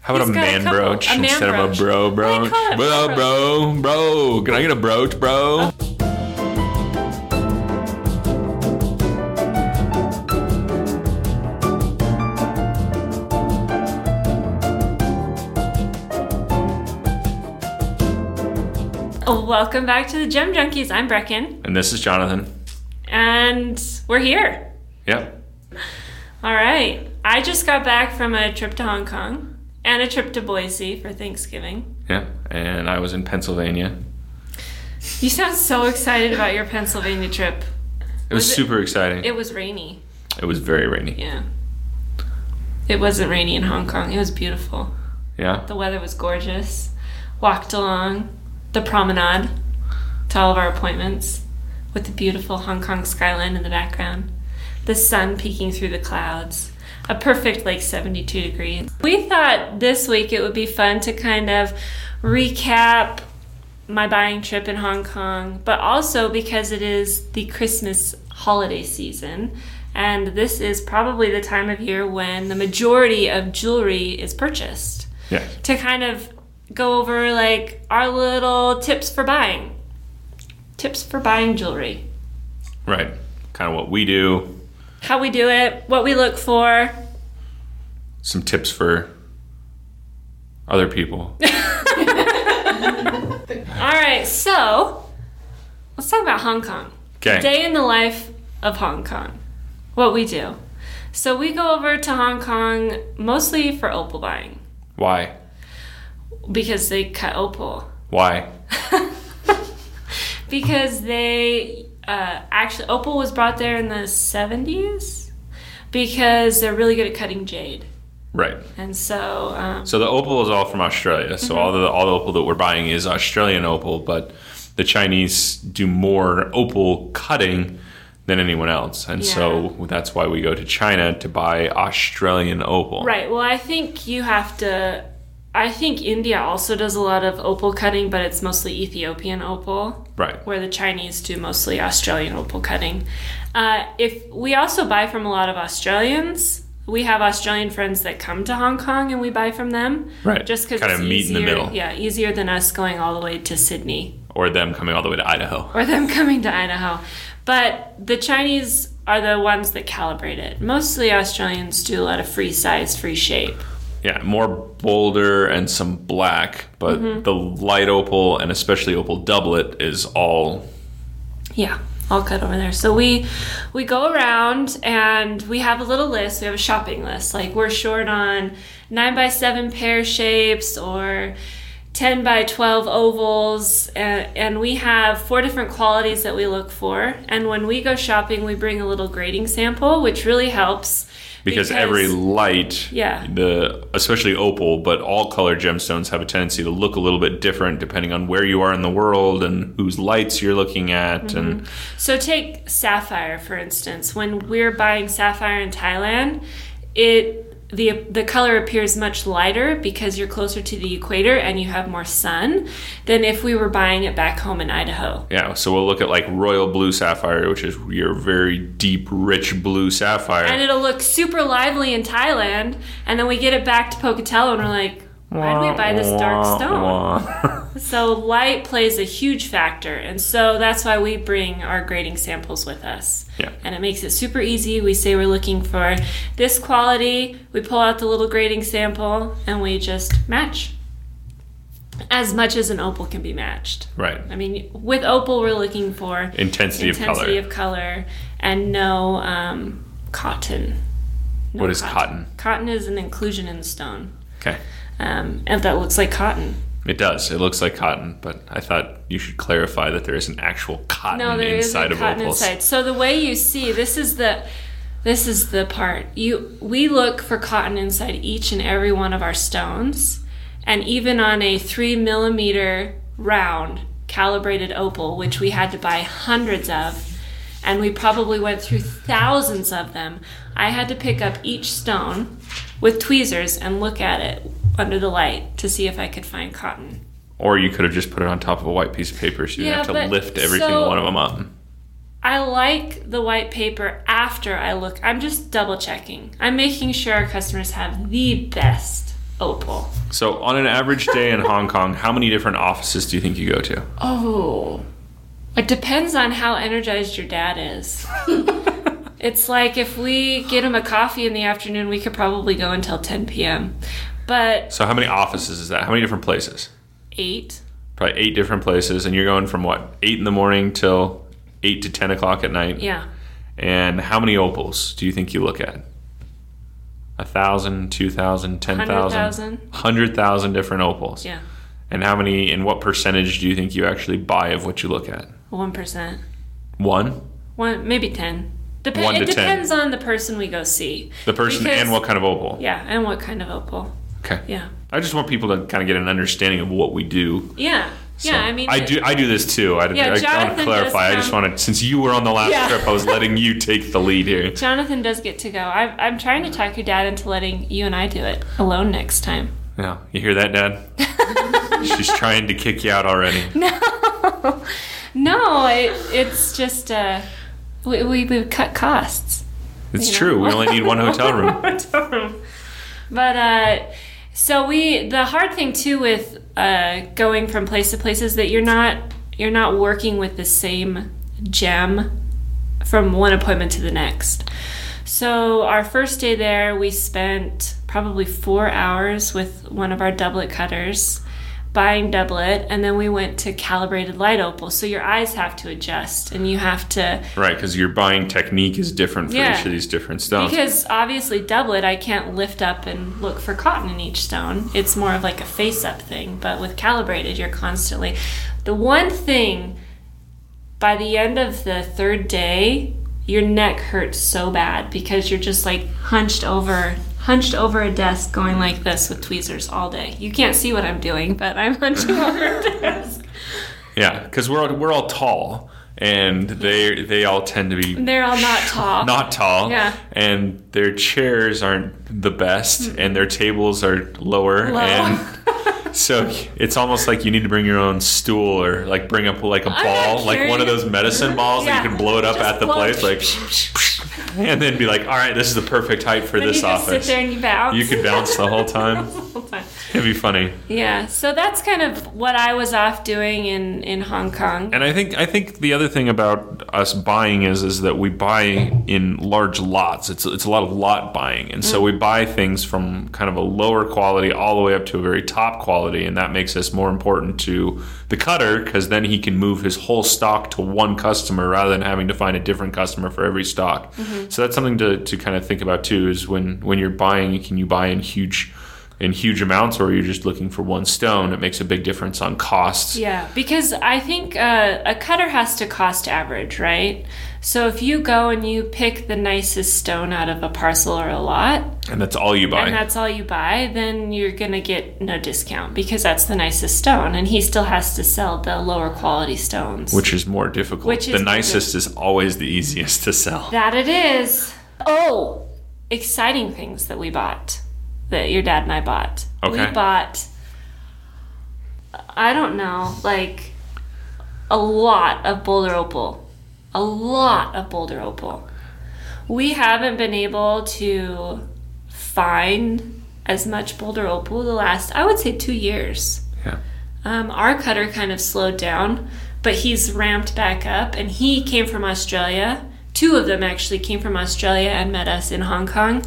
How about He's a got a man couple- brooch a man instead of brooch. a bro brooch? call it a Bro, man bro, bro. Can I get a brooch, Uh-huh. bro? Welcome back to the Gem Junkies. I'm Brecken, And this is Jonathan. and we're here. Yep. All right. I just got back from a trip to Hong Kong and a trip to Boise for Thanksgiving. Yep. And I was in Pennsylvania. You sound so excited about your Pennsylvania trip. It was, Was it- super exciting. It It, was rainy. was very rainy. Yeah. It wasn't rainy in Hong Kong. It was beautiful. Yeah. The weather was gorgeous. Walked along the promenade to all of our appointments with the beautiful Hong Kong skyline in the background, the sun peeking through the clouds, a perfect like 72 degrees. We thought this week it would be fun to kind of recap my buying trip in Hong Kong, but also because it is the Christmas holiday season. And this is probably the time of year when the majority of jewelry is purchased Yeah. to kind of go over like our little tips for buying. Tips for buying jewelry. Right. Kind of what we do. How we do it, what we look for. Some tips for other people. All right, so let's talk about Hong Kong. Okay. Day in the life of Hong Kong. What we do. So we go over to Hong Kong mostly for opal buying Why? because they cut opal. Why? because they uh, actually opal was brought there in the 70s because they're really good at cutting jade Right. and so um, So the opal is all from Australia. So all the all the opal that we're buying is Australian opal, but the Chinese do more opal cutting than anyone else, and so that's why we go to China to buy Australian opal. right well i think you have to i think india also does a lot of opal cutting but it's mostly ethiopian opal Right. where the chinese do mostly australian opal cutting uh, if we also buy from a lot of australians we have australian friends that come to hong kong and we buy from them Right. just because kind it's of meet in the easier- middle, Yeah, easier than us going all the way to Sydney or them coming all the way to Idaho. or them coming to Idaho. But the Chinese are the ones that calibrate it. Mostly Australians do a lot of free size, free shape. Yeah, more boulder and some black, but the light opal and especially opal doublet is all Yeah, all cut over there. So we we go around and we have a little list. We have a shopping list. Like we're short on nine by seven pear shapes or. 10 by 12 ovals, a- and we have four different qualities that we look for. And when we go shopping, we bring a little grading sample, which really helps. because, every light Yeah. the especially opal but all color gemstones have a tendency to look a little bit different depending on where you are in the world and whose lights you're looking at Mm-hmm. and So take sapphire for instance. When we're buying sapphire in Thailand, it the the color appears much lighter because you're closer to the equator and you have more sun than if we were buying it back home in Idaho. yeah so we'll look at like royal blue sapphire which is your very deep rich blue sapphire And it'll look super lively in Thailand, and then we get it back to Pocatello and we're like, why did we buy this dark stone? So light plays a huge factor, and so that's why we bring our grading samples with us. Yeah. And it makes it super easy. We say we're looking for this quality, we pull out the little grading sample, and we just match. As much as an opal can be matched. right I mean, with opal, we're looking for intensity, of color intensity of color and no um, cotton. No what is cotton Cotton is an inclusion in the stone, okay um, and that looks like cotton. it does it looks like cotton but i thought you should clarify that there is an actual cotton No, there is inside a of cotton opals inside. So the way you see this is the this is the part you we look for cotton inside each and every one of our stones, and even on a three millimeter round calibrated opal, which we had to buy hundreds of, and we probably went through thousands of them. I had to pick up each stone with tweezers and look at it under the light to see if I could find cotton. Or you could have just put it on top of a white piece of paper so you Yeah, didn't have but- to lift every so- single one of them up. I like the white paper after I look. I'm just double checking. I'm making sure our customers have the best opal. So, on an average day in Hong Kong, how many different offices do you think you go to? Oh. It depends on how energized your dad is. it's like if we get him a coffee in the afternoon, we could probably go until 10 p.m. But So, how many offices is that? How many different places? eight, Probably eight different places, and you're going from what eight in the morning till eight to ten o'clock at night. yeah, And how many opals do you think you look at? A thousand, two thousand, ten thousand, 100,000. hundred thousand different opals. Yeah, And how many and what percentage do you think you actually buy of what you look at? 1%. One? One, maybe 10. Dep- One to 10. it depends on the person we go see. The person Because- and what kind of opal? Yeah, and what kind of opal. Okay. Yeah. I just want people to kind of get an understanding of what we do. Yeah. So, yeah, I mean, I do. I do this too. I, Yeah, I, want to Jonathan clarify. does I just come- want to, since you were on the last Yeah. trip, I was letting you take the lead here. Jonathan does get to go. I, I'm trying to talk your dad into letting you and I do it alone next time. Yeah, you hear that, Dad? She's trying to kick you out already. No, no, it, it's just uh, we, we we cut costs. It's you know? true. We only need one hotel room. Hotel room. But uh, so we the hard thing too with uh, going from place to place is that you're not you're not working with the same gem from one appointment to the next. So our first day there, we spent probably four hours with one of our doublet cutters buying doublet and then we went to calibrated light opal so your eyes have to adjust and you have to Right, because your buying technique is different for Yeah. each of these different stones. because obviously doublet, I can't lift up and look for cotton in each stone. It's more of like a face up thing. But with calibrated, you're constantly. The one thing by the end of the third day, your neck hurts so bad because you're just like hunched over, hunched over a desk going like this with tweezers all day. You can't see what I'm doing, but I'm hunching over a desk. yeah, because we're all, we're all tall, and they they all tend to be They're all not tall. not tall. Yeah. and their chairs aren't the best, and their tables are lower, Low. and so it's almost like you need to bring your own stool or like bring up like a I'm not ball, like one of curious. those medicine balls that Yeah. you can blow it up Just at the blow it. place, like, and then be like, all right, this is the perfect height for Then this you just office. sit there and you bounce. You could bounce the whole time. The whole time. It'd be funny. Yeah, so that's kind of what I was off doing in, in Hong Kong. And I think I think the other thing about us buying is is that we buy in large lots. It's it's a lot of lot buying, and so Mm. we buy things from kind of a lower quality all the way up to a very top quality, and that makes us more important to the cutter because then he can move his whole stock to one customer rather than having to find a different customer for every stock. Mm-hmm. So that's something to, to kind of think about too. Is when when you're buying, can you buy in huge in huge amounts, or you're just looking for one stone? It makes a big difference on costs. Yeah, because I think uh, a cutter has to cost average, right? So if you go and you pick the nicest stone out of a parcel or a lot, And that's all you buy. and that's all you buy, then you're going to get no discount because that's the nicest stone. And he still has to sell the lower quality stones. which is more difficult. Which is the more nicest is always the easiest to sell. That it is. Oh, exciting things that we bought, that your dad and I bought. Okay. We bought, I don't know, like a lot of boulder opal. A lot of boulder opal. We haven't been able to find as much boulder opal the last, I would say, two years. Yeah. Um, our cutter kind of slowed down, but he's ramped back up, and he came from Australia. Two of them actually came from Australia and met us in Hong Kong.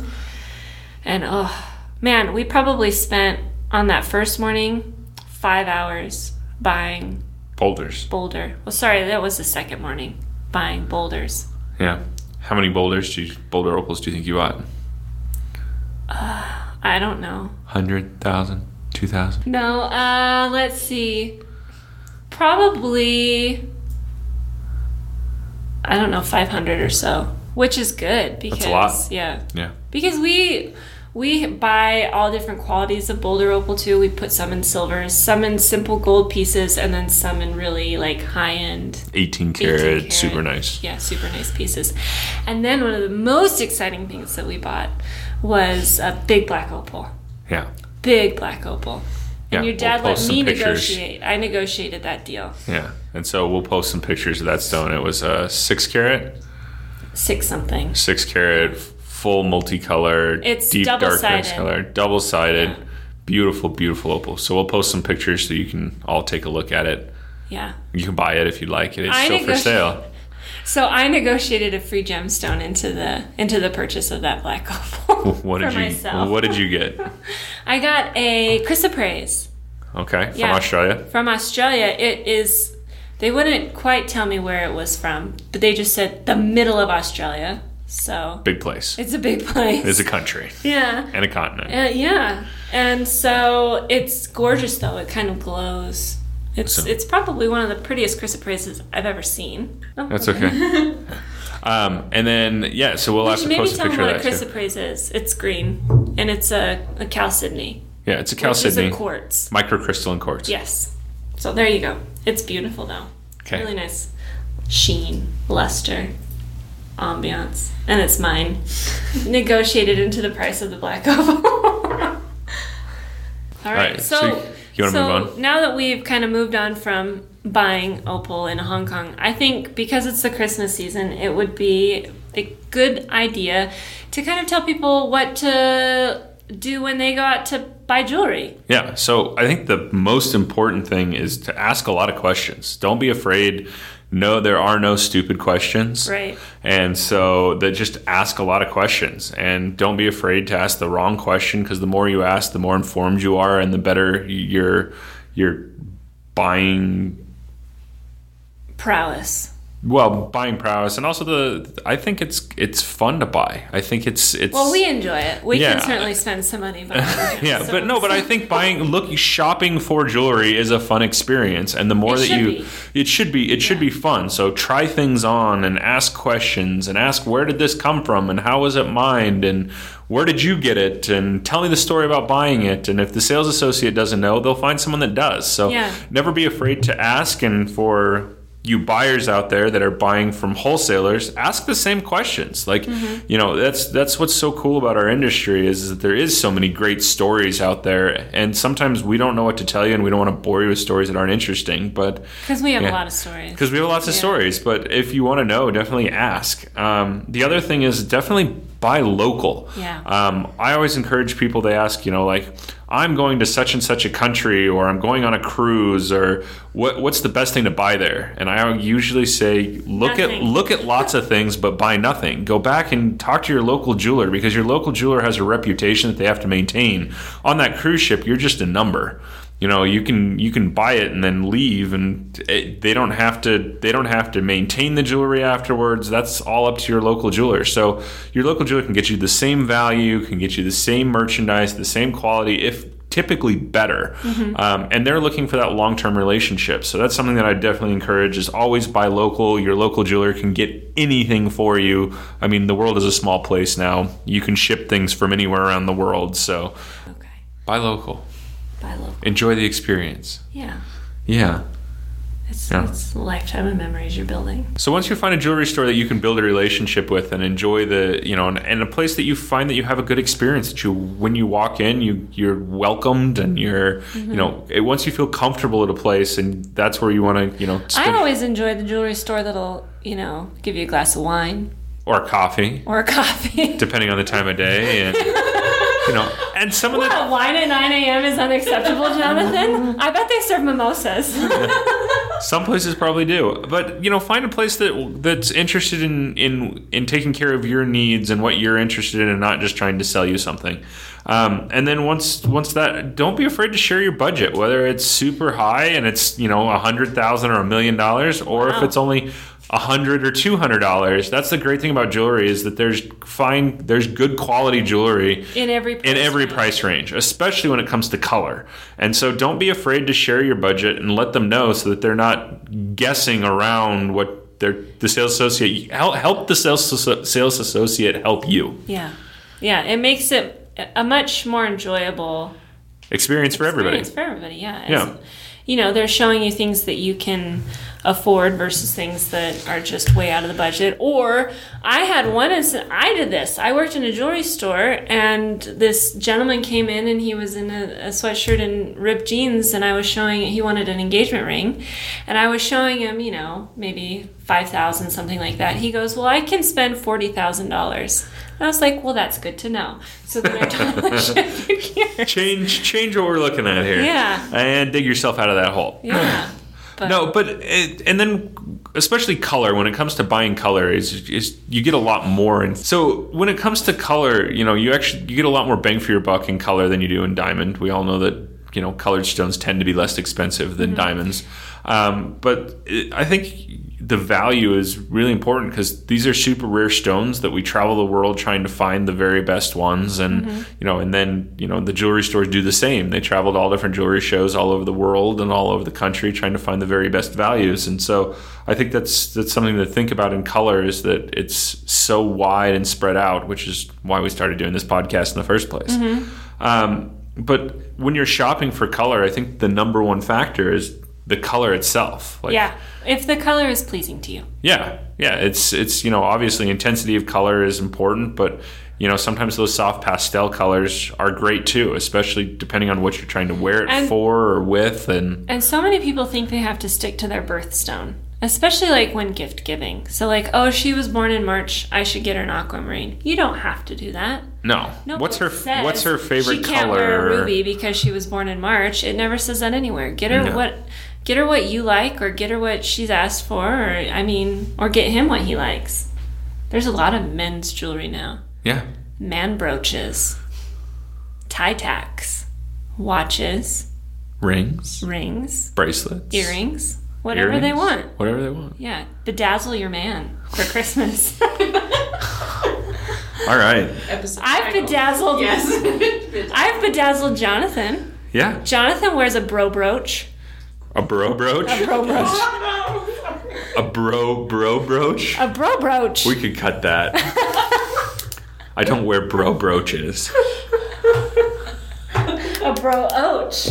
And oh, man, we probably spent on that first morning five hours buying Boulders. boulder. Well, sorry, that was the second morning buying boulders. Yeah. How many boulders do you, boulder opals do you think you bought? I don't know. 100,000, 2,000? No, uh, let's see. Probably, I don't know, 500 or so, which is good because a lot. yeah, Yeah. because we we buy all different qualities of boulder opal too. We put some in silvers, some in simple gold pieces, and then some in really like high end 18 karat, karat. super nice. yeah, super nice pieces. And then one of the most exciting things that we bought was a big black opal Yeah. big black opal. Yeah, And your dad we'll let post me some pictures. negotiate. I negotiated that deal. Yeah. And so we'll post some pictures of that stone. It was a six karat, Six something. six karat, full multicolored, It's deep dark mixed double-sided. color, double sided, Beautiful, beautiful opal. So we'll post some pictures so you can all take a look at it. Yeah. You can buy it if you'd like it. It's I still for negoti- sale. So I negotiated a free gemstone into the into the purchase of that black opal What did for you myself. What did you get? I got a chrysoprase Okay, from Yeah. Australia. from Australia. It is they wouldn't quite tell me where it was from, but they just said the middle of Australia. So Big place. it's a big place. It's a country yeah. and a continent. Uh, yeah, and so it's gorgeous though. It kind of glows. It's So- it's probably one of the prettiest chrysoprases I've ever seen. Oh, That's okay. um, and then yeah, so we'll We have should to maybe post a tell them picture what a of that too. chrysoprase is. It's green and it's a, a chalcedony, Yeah, it's a chalcedony, which is a quartz. microcrystalline quartz. Yes. So there you go. It's beautiful though. Okay. Really nice sheen, luster, ambiance, and it's mine. Negotiated into the price of the black oval. All right. right, So, so you wanna so move on? now that we've kind of moved on from buying opal in Hong Kong, I think because it's the Christmas season, it would be a good idea to kind of tell people what to do when they go out to buy jewelry. Yeah. So I think the most important thing is to ask a lot of questions. Don't be afraid. No, there are no stupid questions. Right. And so that just ask a lot of questions and don't be afraid to ask the wrong question because the more you ask, the more informed you are and the better your your buying Prowess. well, buying prowess and also the I think it's it's fun to buy. I think it's it's Well, we enjoy it. We Yeah. can certainly spend some money. But yeah, but no, but I think buying, look, shopping for jewelry is a fun experience, and the more It that should you, it should be, it should be fun. So try things on and ask questions and ask where did this come from and how was it mined and where did you get it and tell me the story about buying it. And if the sales associate doesn't know, they'll find someone that does. So Yeah. never be afraid to ask. And for you buyers out there that are buying from wholesalers, ask the same questions. Like, you know, that's that's what's so cool about our industry is, that there is so many great stories out there, and sometimes we don't know what to tell you, and we don't want to bore you with stories that aren't interesting, but because we have Yeah. a lot of stories. because we have lots of Yeah. stories. But if you want to know, definitely ask. Um, the other thing is definitely buy local. Yeah. Um, I always encourage people. They ask, you know, like I'm going to such and such a country, or I'm going on a cruise, or what, what's the best thing to buy there? And I usually say, look at Nothing. look at lots of things, but buy nothing. Go back and talk to your local jeweler because your local jeweler has a reputation that they have to maintain. On that cruise ship, you're just a number. You know, you can you can buy it and then leave, and it, they don't have to they don't have to maintain the jewelry afterwards. That's all up to your local jeweler. So your local jeweler can get you the same value, can get you the same merchandise, the same quality, if typically better. Um, and they're looking for that long term relationship. So that's something that I definitely encourage is always buy local. Your local jeweler can get anything for you. I mean, the world is a small place now. You can ship things from anywhere around the world. So okay, buy local. by local. Enjoy the experience. Yeah, Yeah. it's Yeah. it's a lifetime of memories you're building. So once you find a jewelry store that you can build a relationship with and enjoy the, you know, and, and a place that you find that you have a good experience that you, when you walk in, you you're welcomed and you're, Mm-hmm. you know, it, once you feel comfortable at a place and that's where you want to, you know, I spend, always enjoy the jewelry store that'll you know give you a glass of wine or coffee, or a coffee. depending on the time of day, and you know, and some of the Wow, wine at 9 a.m. is unacceptable, Jonathan. I bet they serve mimosas. some places probably do, but you know, find a place that that's interested in in in taking care of your needs and what you're interested in, and not just trying to sell you something. Um, and then once once that, don't be afraid to share your budget, whether it's super high and it's you know a hundred thousand or a million dollars, or if Wow. it's only a hundred or two hundred dollars. That's the great thing about jewelry is that there's fine, there's good quality jewelry in every price in every range. price range, especially when it comes to color. And so don't be afraid to share your budget and let them know so that they're not guessing around what their the sales associate help, help the sales asso- sales associate help you. Yeah, yeah. It makes it a- a much more enjoyable Experience for everybody. It's for everybody, yeah. It's- Yeah. You know, they're showing you things that you can afford versus things that are just way out of the budget. Or I had one instance, I did this. I worked in a jewelry store, and this gentleman came in and he was in a, a sweatshirt and ripped jeans, and I was showing, he wanted an engagement ring, and I was showing him, you know, maybe 5000 something like that. He goes, Well, I can spend $40,000. And I was like, well, that's good to know. So then I told my shift gears. Change change what we're looking at here. Yeah. And dig yourself out of that hole. Yeah. But No, but it, and then especially color when it comes to buying color is is you get a lot more and so when it comes to color, you know, you actually you get a lot more bang for your buck in color than you do in diamond. We all know that you know colored stones tend to be less expensive than diamonds, um, but it, I think the value is really important because these are super rare stones that we travel the world trying to find the very best ones and you know and then you know the jewelry stores do the same they travel to all different jewelry shows all over the world and all over the country trying to find the very best values and so i think that's that's something to think about in color is that it's so wide and spread out which is why we started doing this podcast in the first place um, but when you're shopping for color i think the number one factor is the color itself like yeah, if the color is pleasing to you. yeah, yeah. It's it's you know obviously intensity of color is important, but you know sometimes those soft pastel colors are great too, especially depending on what you're trying to wear it And- for or with. And And so many people think they have to stick to their birthstone, especially like when gift giving. So, like, oh, she was born in March, I should get her an aquamarine. You don't have to do that. no, No, what's her it says what's her favorite she can't color? Wear a ruby because she was born in March. It never says that anywhere. Get her No. what get her what you like or get her what she's asked for or I mean or get him what he likes. There's a lot of men's jewelry now. Yeah, Man brooches, tie tacks, watches, rings, rings, bracelets, earrings, whatever they earrings, want. whatever they want. Yeah, bedazzle your man for Christmas. All right, Episode I've title. bedazzled Yes. I've bedazzled Jonathan. yeah, Jonathan wears a bro brooch. a bro brooch, A bro brooch. a bro bro brooch. A bro brooch. We could cut that. I don't wear bro brooches. a bro ouch.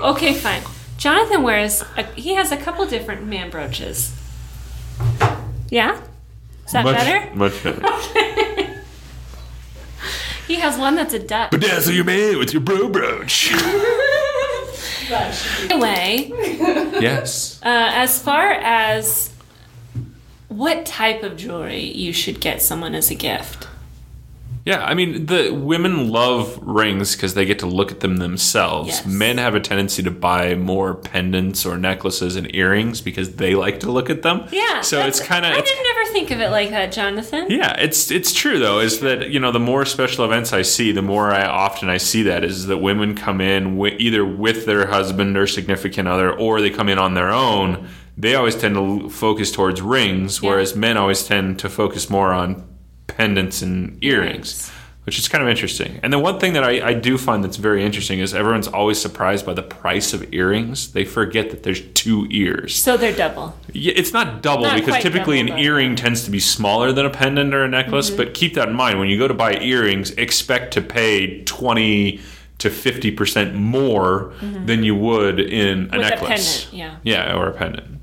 Okay, fine. Jonathan wears a, he has a couple different man brooches. Yeah? Is that much better? much better. He has one that's a duck. Bedazzle your man with your bro brooch. Anyway, yes. uh, as far as what type of jewelry you should get someone as a gift. Yeah, I mean, the women love rings because they get to look at them themselves. Yes. Men have a tendency to buy more pendants or necklaces and earrings because they like to look at them. Yeah. So it's that's- kind of I didn't ever think of it like that, Jonathan. Yeah, it's it's true though. Is that you know the more special events I see, the more I often I see that is that women come in wi either with their husband or significant other, or they come in on their own. They always tend to l- focus towards rings, whereas men always tend to focus more on pendants and earrings, Earrings. which is kind of interesting. And the one thing that I, I do find that's very interesting is everyone's always surprised by the price of earrings. They forget that there's two ears. So they're double. Yeah, it's not double Not because quite typically double, an but- Mm-hmm. earring tends to be smaller than a pendant or a necklace. But keep that in mind when you go to buy earrings, expect to pay twenty to fifty percent more than you would in a Mm-hmm. With a necklace. pendant, yeah, or a pendant.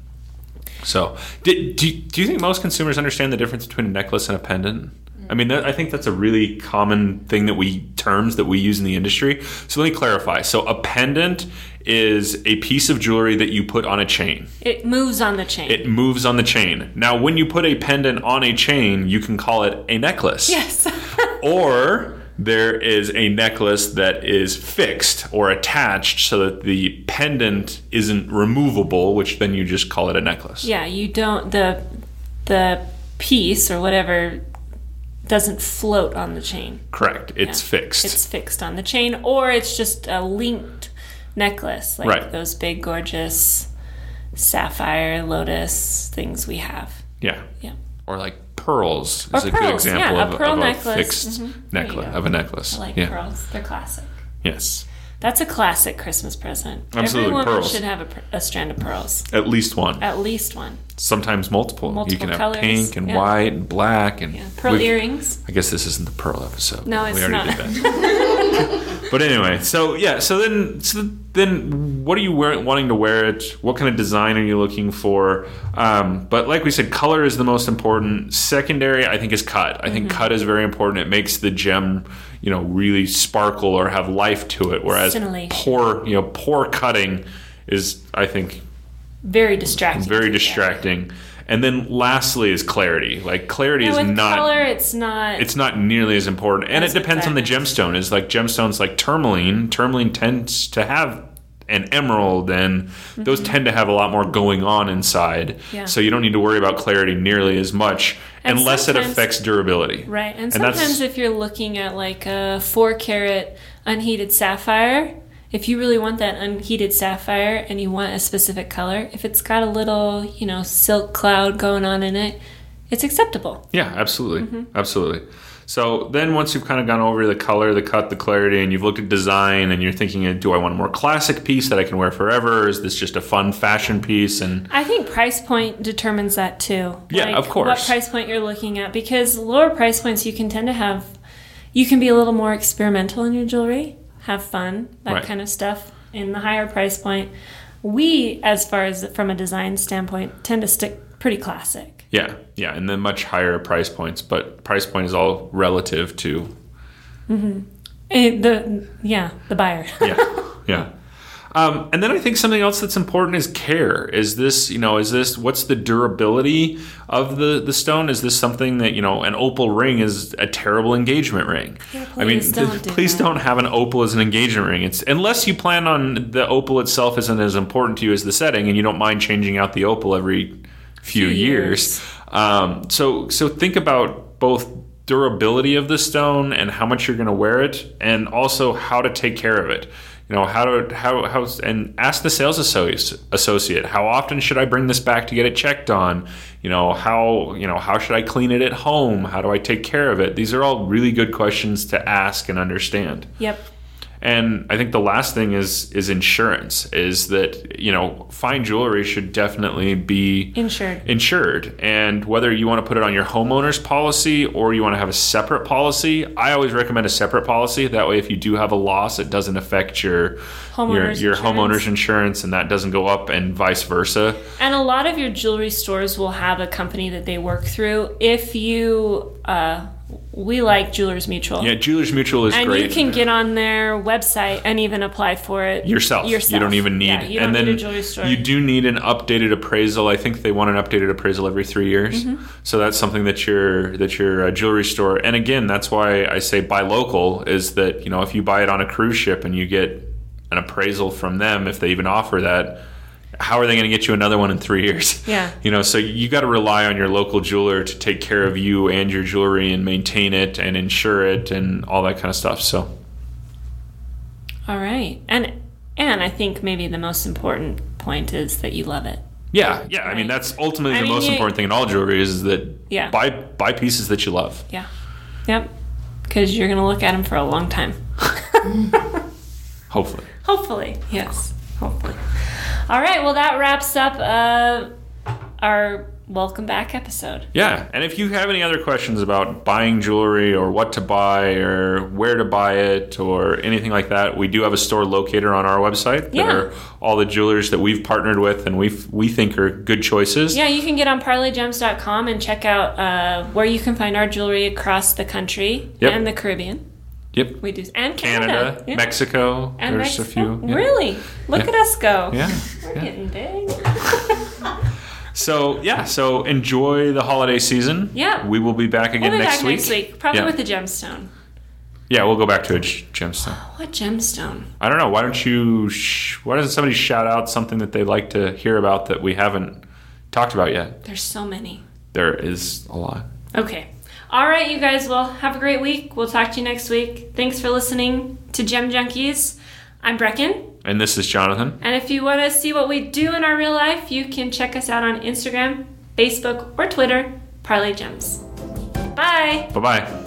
So, do, do, do you think most consumers understand the difference between a necklace and a pendant? I mean, that, I think that's a really common thing that we terms that we use in the industry. So let me clarify. So a pendant is a piece of jewelry that you put on a chain It moves on the chain. it moves on the chain. Now, when you put a pendant on a chain, you can call it a necklace. yes. Or there is a necklace that is fixed or attached so that the pendant isn't removable, which then you just call it a necklace. Yeah, you don't the the piece or whatever doesn't float on the chain. Correct. It's fixed. It's fixed on the chain or it's just a linked necklace like Right. those big gorgeous sapphire lotus things we have. yeah. Yeah. Or like pearls Or is a good pearls, example yeah, a of, pearl of necklace. Mm-hmm. a fixed necklace go. of a necklace. I like yeah. pearls. They're classic. Yes. That's a classic Christmas present. Absolutely, Every woman pearls. should have a, pr- a strand of pearls. At least one. At least one. Sometimes multiple. you Multiple can have colors, pink and yeah. white and black and Yeah. Pearl we've- earrings. I guess this isn't the pearl episode. No, it's we already not. Did that. but anyway, so yeah, so then, so then, what are you wear, wanting to wear it? What kind of design are you looking for? Um, but like we said, color is the most important. Secondary, I think, is cut. I Mm-hmm. think cut is very important. It makes the gem, you know, really sparkle or have life to it. Whereas Scintillation. poor, you know, poor cutting is, I think, Very distracting. very Yeah. distracting. And then lastly is clarity. Like clarity Yeah, is with not color, it's not. it's not nearly as important and That's it depends on the exactly. gemstone is like gemstones like tourmaline tourmaline tends to have an emerald and those tend to have a lot more going on inside Mm-hmm. Yeah. so you don't need to worry about clarity nearly as much And unless it sometimes- affects durability Right, and, And that's- sometimes if you're looking at like a four carat unheated sapphire, if you really want that unheated sapphire and you want a specific color, if it's got a little, you know, silk cloud going on in it, it's acceptable. yeah absolutely Mm-hmm. absolutely so then once you've kind of gone over the color the cut the clarity and you've looked at design and you're thinking do i want a more classic piece that i can wear forever or is this just a fun fashion piece and I think price point determines that too. Yeah, of What course. price point you're looking at because lower price points you can tend to have you can be a little more experimental in your jewelry, have fun, that Right. kind of stuff. In the higher price point, we as far as from a design standpoint tend to stick pretty classic. Yeah, yeah, and then much higher price points, but price point is all relative to Eh, the yeah, the buyer. yeah, yeah. Um, and then I think something else that's important is care. Is this you know is this what's the durability of the the stone? Is this something that you know an opal ring is a terrible engagement ring? I mean, please don't do please that. don't have an opal as an engagement ring. It's unless you plan on the opal itself isn't as important to you as the setting, and you don't mind changing out the opal every few Few years. years. Um, so so think about both durability of the stone and how much you're going to wear it, and also how to take care of it. You know how to how how and ask the sales associ- associate how often should I bring this back to get it checked on? You know how you know how should I clean it at home? How do I take care of it? These are all really good questions to ask and understand. yep. And I think the last thing is is insurance. Is that you know fine jewelry should definitely be Insured. insured. And whether you want to put it on your homeowner's policy or you want to have a separate policy, I always recommend a separate policy. That way, if you do have a loss, it doesn't affect your Homeowner's your, your insurance. homeowner's insurance, and that doesn't go up, and vice versa. And a lot of your jewelry stores will have a company that they work through. If you uh, we like Jewelers Mutual. Yeah, Jewelers Mutual is And great. you can get on their website and even apply for it yourself. You don't even need. Yeah, you don't and then need a jewelry store. you do need an updated appraisal. I think they want an updated appraisal every three years. Mm-hmm. So that's something that your that your uh, jewelry store. And again, that's why I say buy local. Is that you know if you buy it on a cruise ship and you get an appraisal from them, if they even offer that. How are they going to get you another one in three years? Yeah. you know, so you got to rely on your local jeweler to take care of you and your jewelry and maintain it and insure it and all that kind of stuff. So, All right. And and I think maybe the most important point is that you love it. Yeah, yeah. I mean, Right. that's ultimately I the mean, most you- important thing in all jewelry is that Yeah. buy buy pieces that you love. Yeah. Yep. Cuz you're going to look at them for a long time. Hopefully, Hopefully. Yes. Hopefully. All right. Well, that wraps up uh, our welcome back episode. yeah. And if you have any other questions about buying jewelry or what to buy or where to buy it or anything like that, we do have a store locator on our website. Yeah. There are all the jewelers that we've partnered with and we we think are good choices. Yeah, you can get on parleygems.com and check out uh, where you can find our jewelry across the country Yep. and the Caribbean. Yep. We do and Canada, Canada, Yeah. Mexico. and there's Mexico. a few. yeah. Really, look Yeah. at us go. Yeah. we're yeah. getting big. So yeah. So enjoy the holiday season. Yeah. We will be back again we'll be next back week. next week, probably Yeah. with a gemstone. Yeah, we'll go back to a g- gemstone. What gemstone? I don't know. Why don't you? Sh- why doesn't somebody shout out something that they'd like to hear about that we haven't talked about yet? There's so many. There is a lot. Okay. All right, you guys. Well, have a great week. We'll talk to you next week. Thanks for listening to Gem Junkies. I'm Brecken. And this is Jonathan. And if you want to see what we do in our real life, you can check us out on Instagram, Facebook, or Twitter, Parlay Gems. Bye! Bye bye.